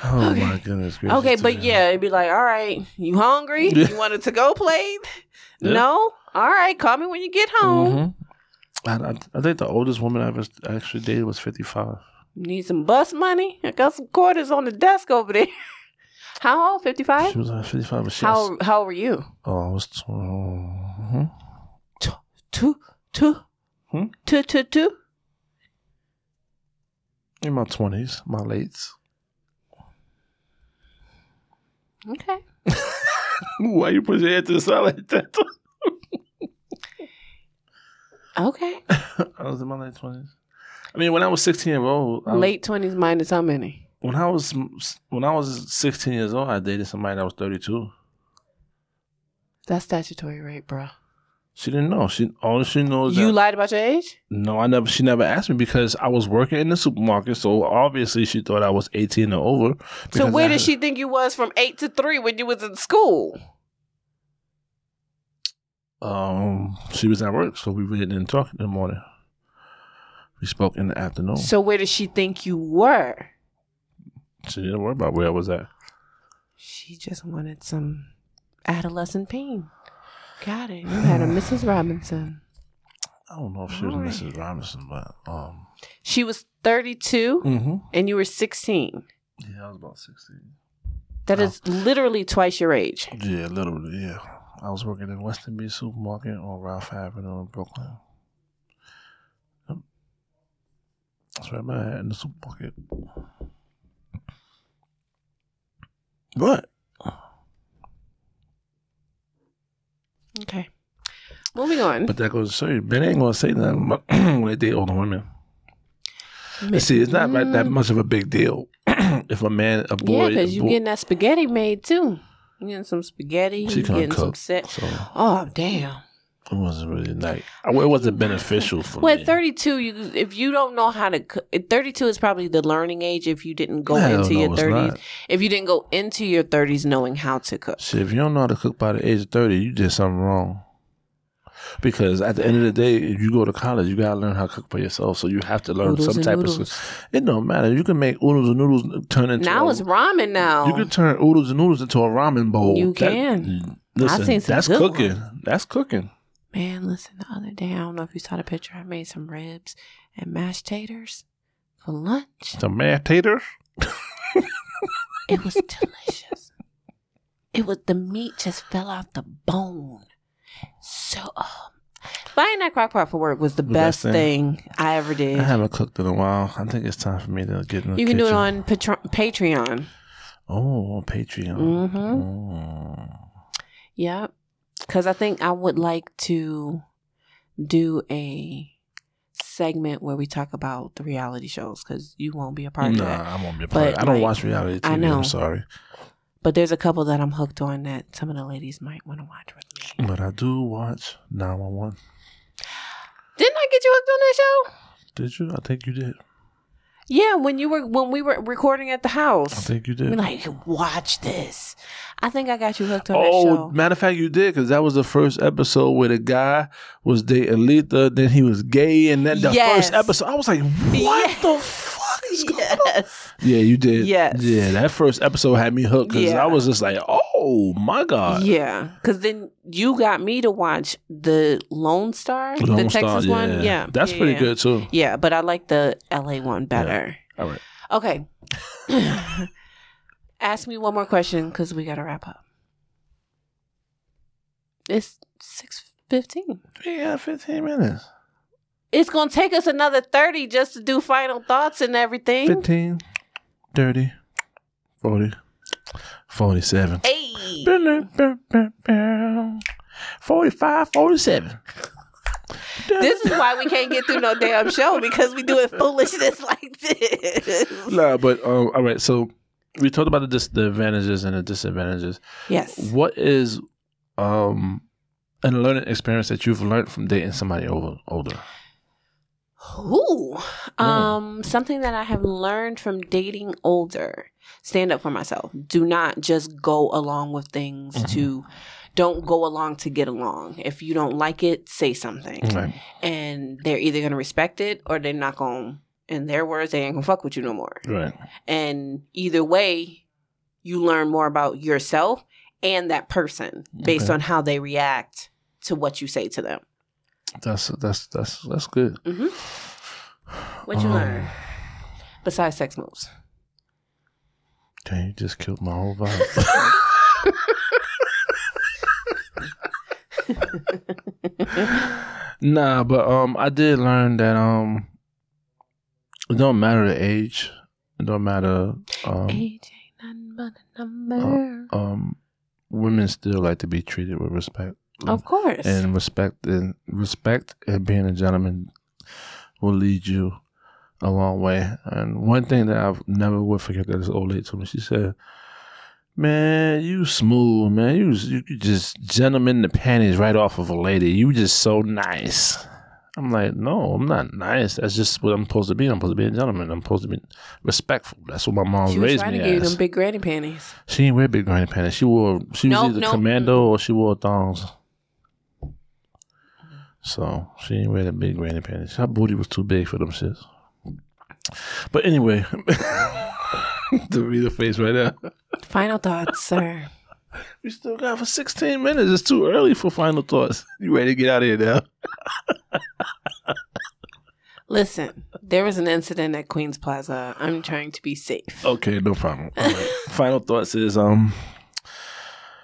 Oh Okay. Oh my goodness gracious. Okay, but today. yeah, it'd be like, all right, you hungry? Yeah. You want a to go plate? Yeah. No? All right, call me when you get home. Mhm. I, I, I think the oldest woman I ever actually dated was fifty five. Need some bus money? I got some quarters on the desk over there. How old? Fifty five? She was like fifty five, but she How how old were you? oh, I was tw- mhm. Two two Hmm? two two two. in my twenties, my lates. Okay. Why you put your head to the side like that? Okay. I was in my late twenties. I mean, when I was sixteen years old, I was- Late twenties minus how many? when I was when I was sixteen years old, I dated somebody that was thirty two. That's statutory rate, bro. She didn't know. She all she knows. You that- lied about your age? No, I never. She never asked me because I was working in the supermarket, so obviously she thought I was eighteen or over. So because where I did had- she think you was from eight to three when you was in school? Um, she was at work, so we really didn't talk in the morning. We spoke in the afternoon. So where did she think you were? she didn't worry about where I was at. She just wanted some adolescent pain. Got it. You had a Mrs. Robinson. I don't know if she was Alright. Mrs. Robinson, but um, She was 32 mm-hmm. and you were 16. yeah, I was about sixteen. That is literally twice your age. Yeah, literally. Yeah, I was working in Western Beach supermarket on Ralph Avenue in Brooklyn. Yep. That's right, man. In the supermarket. What? Okay. Moving on. But that goes to show you, Ben ain't gonna say nothing but when they date older women. You see, it's not like that much of a big deal if a man, a boy, Mm. yeah, because a you boy- getting that spaghetti made too. You getting some spaghetti. she You can getting cook. some set. So it Oh, damn. wasn't really like I- well, it wasn't beneficial for Well, me. at 32, you if you don't know how to cook, 32 is probably the learning age if you didn't go Hell into no, your it's 30s. not. If you didn't go into your 30s knowing how to cook. Shit, if you don't know how to cook by the age of 30, you did something wrong. Because at the end of the day, if you go to college, you gotta learn how to cook for yourself. So you have to learn Noodles some and type of. noodles. It don't matter. You can make oodles and noodles turn into. Now a- it's ramen now. You can turn oodles and noodles into a ramen bowl. You That- can. listen, I've seen some that's good cooking. ones. That's cooking. Man, listen, the other day, I don't know if you saw the picture, I made some ribs and mashed taters for lunch. Some mashed taters. It was delicious. It was the meat just fell off the bone. So oh. buying that crock pot for work was the best, best thing. thing. I ever did. I haven't cooked in a while. I think it's time for me to get in the you can do it kitchen. on Patr- Patreon. Oh, on Patreon. Mhm. Oh. Yep. Because I think I would like to do a segment where we talk about the reality shows because you won't be a part of that. Nah, I won't be a part. of But, it. I don't like, watch reality TV. I know. I'm sorry, But there's a couple that I'm hooked on that some of the ladies might want to watch with me. but I do watch 911. Didn't I get you hooked on that show? Did you? I think you did. Yeah, when you were when we were recording at the I house. think you did. We're like, watch this. I think I got you hooked on that Oh, show. matter of fact, you did because that was the first episode where the guy was dating Letha, then he was gay, and then the Yes. first episode, I was like, "What Yes. the fuck is going on?" yes. Yeah, you did. Yes. Yeah, that first episode had me hooked because Yeah. I was just like, "Oh my god!" Yeah, because then you got me to watch the Lone Star, the Lone Texas Star, yeah. one. Yeah, that's yeah, pretty yeah. good too. Yeah, but I like the LA one better. All right, Okay. Ask me one more question because we got to wrap up. It's six fifteen. we got 15 minutes. It's gonna take us another thirty just to do final thoughts and everything. 15, 30, 40, 47. Hey. 45, 47. This is why we can't get through no damn show because we doing foolishness like this. Nah, but um, all right. So we talked about the, dis- the advantages and the disadvantages. Yes. What is um an learning experience that you've learned from dating somebody over older? Ooh. Um, something that I have learned from dating older. Stand up for myself. Do not just go along with things Mhm. to don't go along to get along. If you don't like it, say something. Mm-hmm. Right. And they're either gonna respect it or they're not gonna in their words, they ain't gonna fuck with you no more. Right. And either way, you learn more about yourself and that person based Okay. on how they react to what you say to them. That's that's that's that's good. Mhm. What'd you Um, learn besides sex moves? Dang, you just killed my whole vibe. nah, but um, I did learn that um, it don't matter the age. It don't matter um, AJ, nothing but a number. um, women still like to be treated with respect. of course. uh, um, and respect and respect and being a gentleman will lead you a long way. And one thing that I've never would forget that this old lady told me, she said, "Man, you smooth, man. You you you just gentleman the panties right off of a lady. You just so nice." I'm like, no, I'm not nice. That's just what I'm supposed to be. I'm supposed to be a gentleman. I'm supposed to be respectful. That's what my mom she was raised trying me to give you as. them big granny panties. she didn't wear big granny panties. She wore she was Nope, either nope. commando or she wore thongs. So she didn't wear the big granny panties. Her booty was too big for them shits. But anyway, to be the face right now. Final thoughts, sir. We still got for 16 minutes. It's too early for final thoughts. You ready to get out of here now? Listen, there was an incident at Queens Plaza. I'm trying to be safe. Okay, no problem. All right. final thoughts is um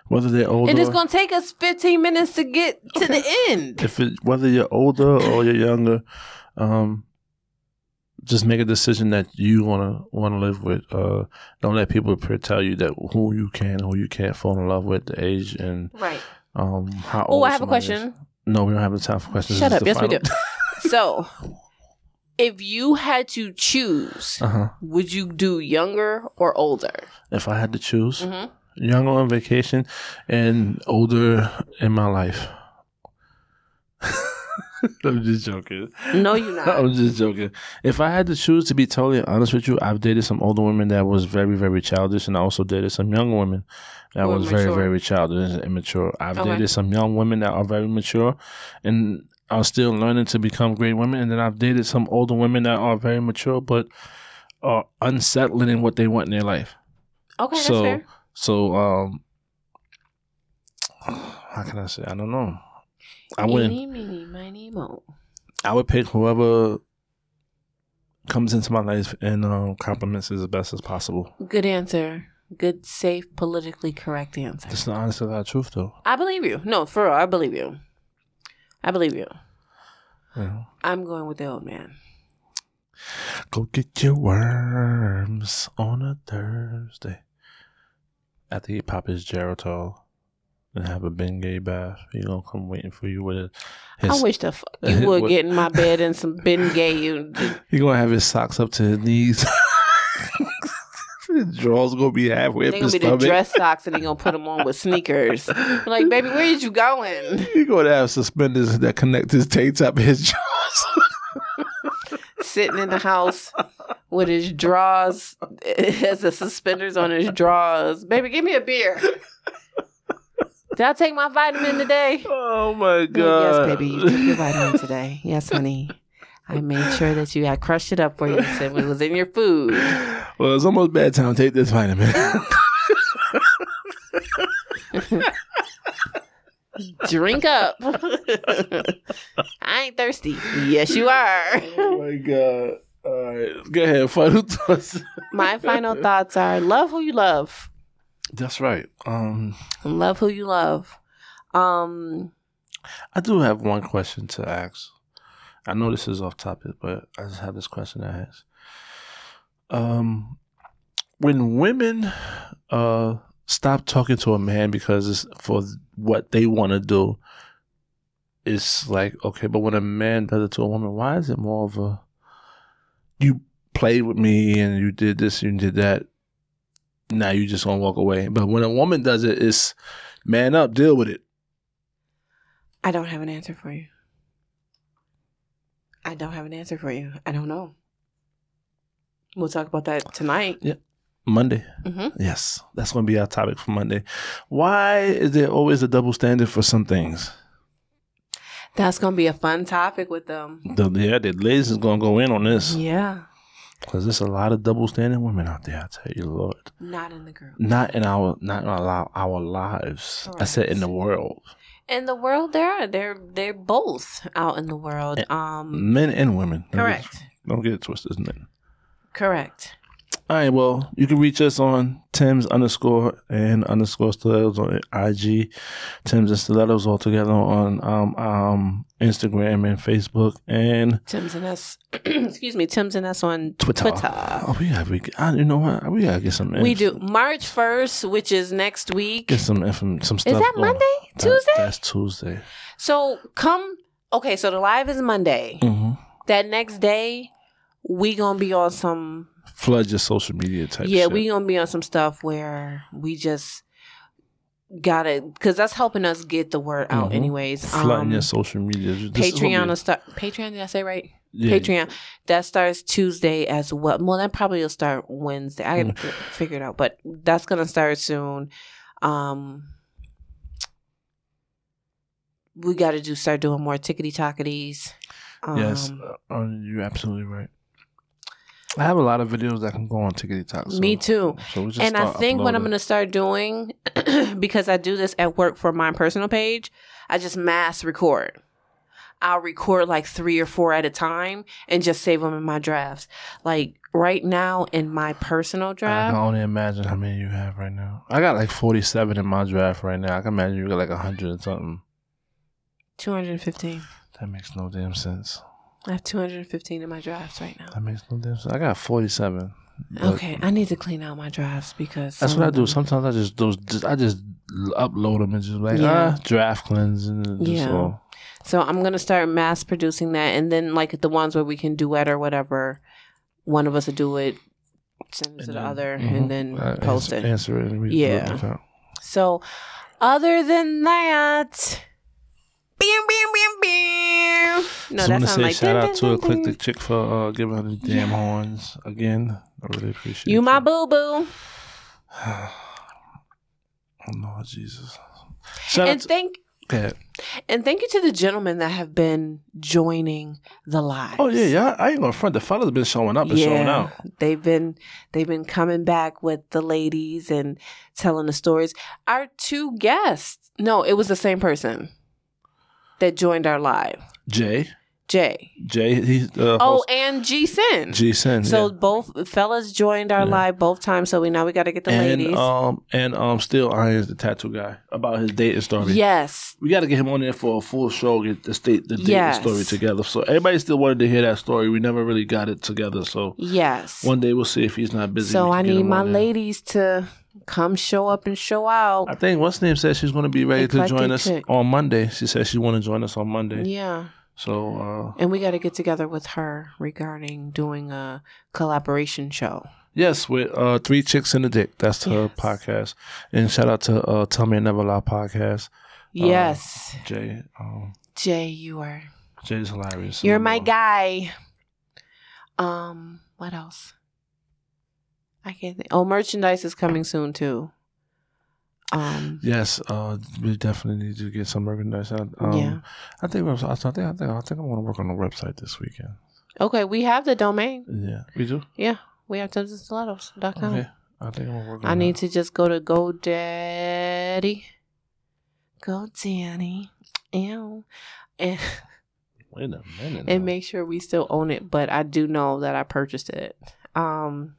whether they're older And it's going to take us 15 minutes to get to the end. if it, whether you're older or you're younger, um, just make a decision that you wanna wanna live with. Uh, don't let people pre- tell you that who you can, who you can't fall in love with, the age and Right. um how Oh, old. I have a somebody is. question. No, we don't have the time for questions. Shut This is up. the Yes, we final- do. so, if you had to choose, Uh-huh. would you do younger or older? If I had to choose, Mhm. younger on vacation and older in my life. I'm just joking. No, you're not. I'm just joking. If I had to choose, to be totally honest with you, I've dated some older women that was very, very childish, and I also dated some young women that Who were was mature. very, very childish and immature. I've Okay. dated some young women that are very mature and are still learning to become great women, and then I've dated some older women that are very mature but are unsettling in what they want in their life. Okay, that's so, fair. so, um, how can I say? I don't know. I wouldn't. Eeny, meeny, miny, moe. I would pick whoever comes into my life and um, compliments is as best as possible. Good answer. Good, safe, politically correct answer. That's the honest of our truth, though. I believe you. No, for real, I believe you. I believe you. You know, I'm going with the old man. go get your worms on a Thursday. After you pop his Geritol and have a Bengay bath, he gonna come waiting for you with his. I wish the fuck you would What- get in my bed and some Ben Gay. You, He gonna have his socks up to his knees. his drawers gonna be halfway they up gonna his be the stomach. dress socks and they gonna put them on with sneakers. I'm like, baby, where did you going? He gonna have suspenders that connect his tape up his jaws. Sitting in the house with his drawers, has the suspenders on his drawers. Baby, give me a beer. Did I take my vitamin today? oh my Yes, god! baby, you took your vitamin today. Yes, honey. I made sure that you had crushed it up for you and it was in your food. Well, it's almost bedtime. Take this vitamin. Drink up. I ain't thirsty. Yes, you are. oh my god! All right, go ahead. Final thoughts. My final thoughts are love who you love. That's right. Um, Love who you love. Um I do have one question to ask. I know this is off topic, but I just have this question to ask. Um, when women uh stop talking to a man because it's for what they want to do, it's like okay. But when a man does it to a woman, why is it more of a you played with me and you did this, you did that. Now you just gonna walk away. But when a woman does it, it's man up, deal with it. I don't have an answer for you. I don't have an answer for you. I don't know. We'll talk about that tonight. Monday. hmm Yes, that's going to be our topic for Monday. Why is there always a double standard for some things? That's gonna be a fun topic with them. The, yeah, the ladies is going to go in on this Yeah. because there's a lot of double standard women out there. I tell you, Lord, Not in the group. not in our not in our, li- our lives. I said in the world, In the world there are. They're they're both out in the world. Eh, Um men and women. Don't get- correct. Don't get it twisted, men. Correct. All right, well, you can reach us on Tim's underscore and underscore stilettos on IG, Tim's and stilettos all together on um, um, Instagram and Facebook and Tim's and us excuse me, Tim's and us on Twitter. Twitter. Oh, we gotta, we, I, you know what? We gotta get some. We inf- do March first, which is next week. get some inform some stuff. Is that going. Monday? That- Tuesday? That's Tuesday. So come okay, so the live is Monday. Mm-hmm. That next day, we gonna be on some Flood your social media type. yeah, shit. we gonna be on some stuff where we just gotta because that's helping us get the word out Mhm. anyways. Um, flooding your social media. This is what Patreon we- will start Patreon, did I say right? yeah, Patreon. That starts Tuesday as well. Well, that probably will start Wednesday. I Mm. gotta figure it out, but that's gonna start soon. Um, we gotta do start doing more tickety tockities. Um, Yes, uh, you're absolutely right. I have a lot of videos that can go on TikTok. So, me too. So we just And I start think what I'm uploading. gonna start doing because I do this at work for my personal page, I just mass record. I'll record like three or four at a time and just save them in my drafts. Like right now in my personal I draft, can only imagine how many you have right now. I got like 47 in my draft right now. I can imagine you got like 100 or something. 215. That makes no damn sense. I have 215 in my drafts right now. That makes no damn sense. I got 47. but- Okay, I need to clean out my drafts because That's some what I of do. them- Sometimes I just those just I just upload them and just like Yeah. ah draft cleanse and just Yeah. all. So I'm gonna start mass producing that, and then like the ones where we can duet or whatever, one of us will do it, send it to And the then- other, mhm. and then Uh, post answer, it. Answer it. And we Yeah. Do it like that. So, other than that, bam, bam, bam, bam. No, so I that want to sounds say like shout dun, out dun, to dun, Eclectic dun. Chick for uh, giving her the damn horns again. I really appreciate You my boo boo, oh Lord Oh, Jesus. Shout out and to, thank go ahead. and thank you to the gentlemen that have been joining the live. Oh yeah, yeah. I ain't gonna front. The fellas been showing up and showing out. They've been they've been coming back with the ladies and telling the stories. Our two guests, no, it was the same person that joined our live. Jay, Jay. Jay, he's uh, Oh, host- and G Sin. G Sin. So yeah. both fellas joined our Yeah. live both times. So we now we got to get the and ladies. um and um still irons the tattoo guy about his dating story. yes, We got to get him on there for a full show, get the state the dating Yes. story together. So everybody still wanted to hear that story. We never really got it together. So yes. one day we'll see if he's not busy. so we can I get need him my on there. ladies to come show up and show out. I think what's name said she's going to be ready to Eclectic join us chick. on Monday. She said she want to join us on Monday. Yeah, So uh and we got to get together with her regarding doing a collaboration show. Oh. yes, with uh three chicks in a dick. That's her Yes. podcast. And shout out to uh Tell Me I Never Lie podcast. Yes, Jay, um, Jay, you are Jay's hilarious. you're my Uh, guy. Um, what else? I can't think. Oh, merchandise is coming soon too. Um, Yes, uh, we definitely need to get some merchandise out. Um, Yeah. I think I'm, I think I think I think I'm gonna work on the website this weekend. okay, we have the domain. Yeah, we do. Yeah, we have Tons and Stilettos.com. Okay, I think I'm gonna work. On Oh. I need that. to just go to GoDaddy. GoDaddy. Ew. And, wait a minute. and now. make sure we still own it, but I do know that I purchased it. Um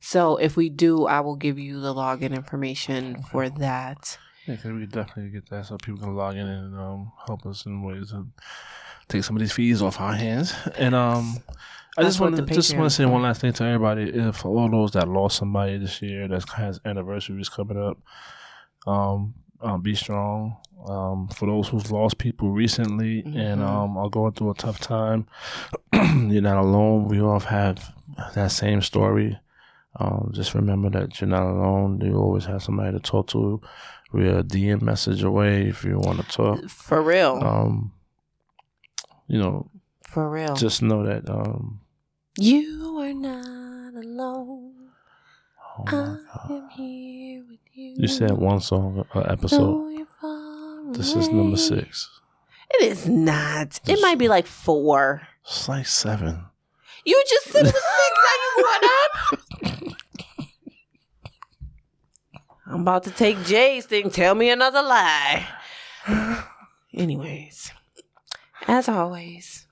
so if we do, I will give you the login information for that. Yeah, 'cause we could definitely get that so people can log in and um, help us in ways to take some of these fees off our hands. And um, I That's just what want to the just want Patreon's to say for. one last thing to everybody. If for all those that lost somebody this year that has anniversaries coming up, um, um, be strong. Um, for those who've lost people recently and Mhm. um, are going through a tough time, you're not alone. We all have that same story. Um, just remember that you're not alone. You always have somebody to talk to. We're a DM message away if you want to talk. For real. Um, you know, for real. just know that. Um, you are not alone. oh I my God. am here with you. You said one song an episode. Though you're far This is number away. six. It is not. It It's- might be like four. It's like seven. You just said it was six. Now you one up. I'm about to take Jay's thing. Tell me another lie. Anyways, as always,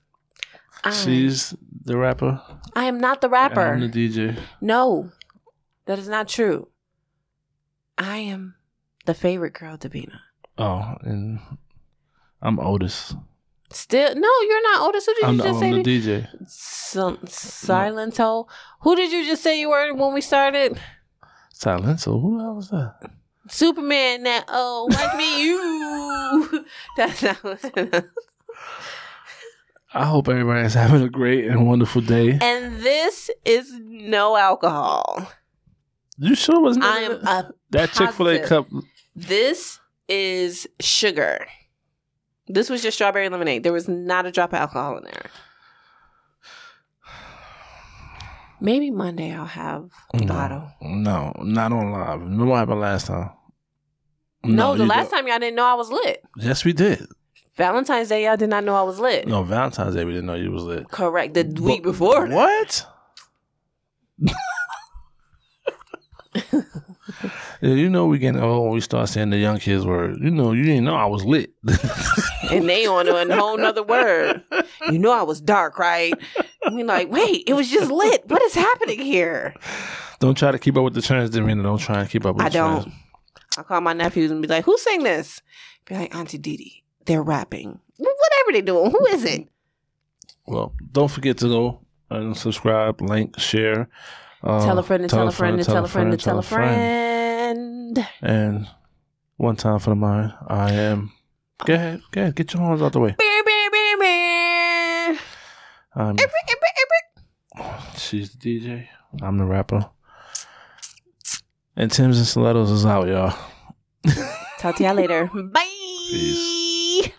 I, She's the rapper. I am not the and rapper. I'm the DJ. no, that is not true. I am the favorite girl, Davina. Oh, and I'm Otis. Still, no, you're not Otis. Who did I'm you the, just say? I'm that- the DJ. Sil- Silento. Who did you just say you were when we started? Silence. So who the hell is that? Superman that oh watch me you that's not I hope everybody's having a great and wonderful day. and this is no alcohol You sure wasn't I am a that Chick Fil A positive. cup? this is sugar this was your strawberry lemonade there was not a drop of alcohol in there maybe Monday I'll have a bottle No, no, not on live. Remember what happened last time? no, the you last don't. time y'all didn't know I was lit Yes, we did. Valentine's Day y'all did not know I was lit No, Valentine's Day, we didn't know you was lit. correct the But- week before What? Yeah, you know we getting old when we start saying the young kids word. You know, you didn't know I was lit. and they on a whole nother word. You know I was dark, right? I mean, like, wait, it was just lit. What is happening here? don't try to keep up with the trends, Davina. Don't try and keep up with I the trends. don't. I call my nephews and be like, "Who sang this?" Be like, "Auntie Didi, they're rapping. Wh- Whatever they doing, who is it?" Well, don't forget to go and subscribe, like, share. Uh, tell a friend to Oh, tell a friend to tell a friend to tell a friend. And one time for the mind, I am. Go ahead, go ahead, get your horns out the way. Beer, beer, beer, beer. I'm, Beer, beer, beer. she's the DJ. I'm the rapper. And Tim's and Stilettos is out, y'all. Talk to y'all later. Bye. Peace.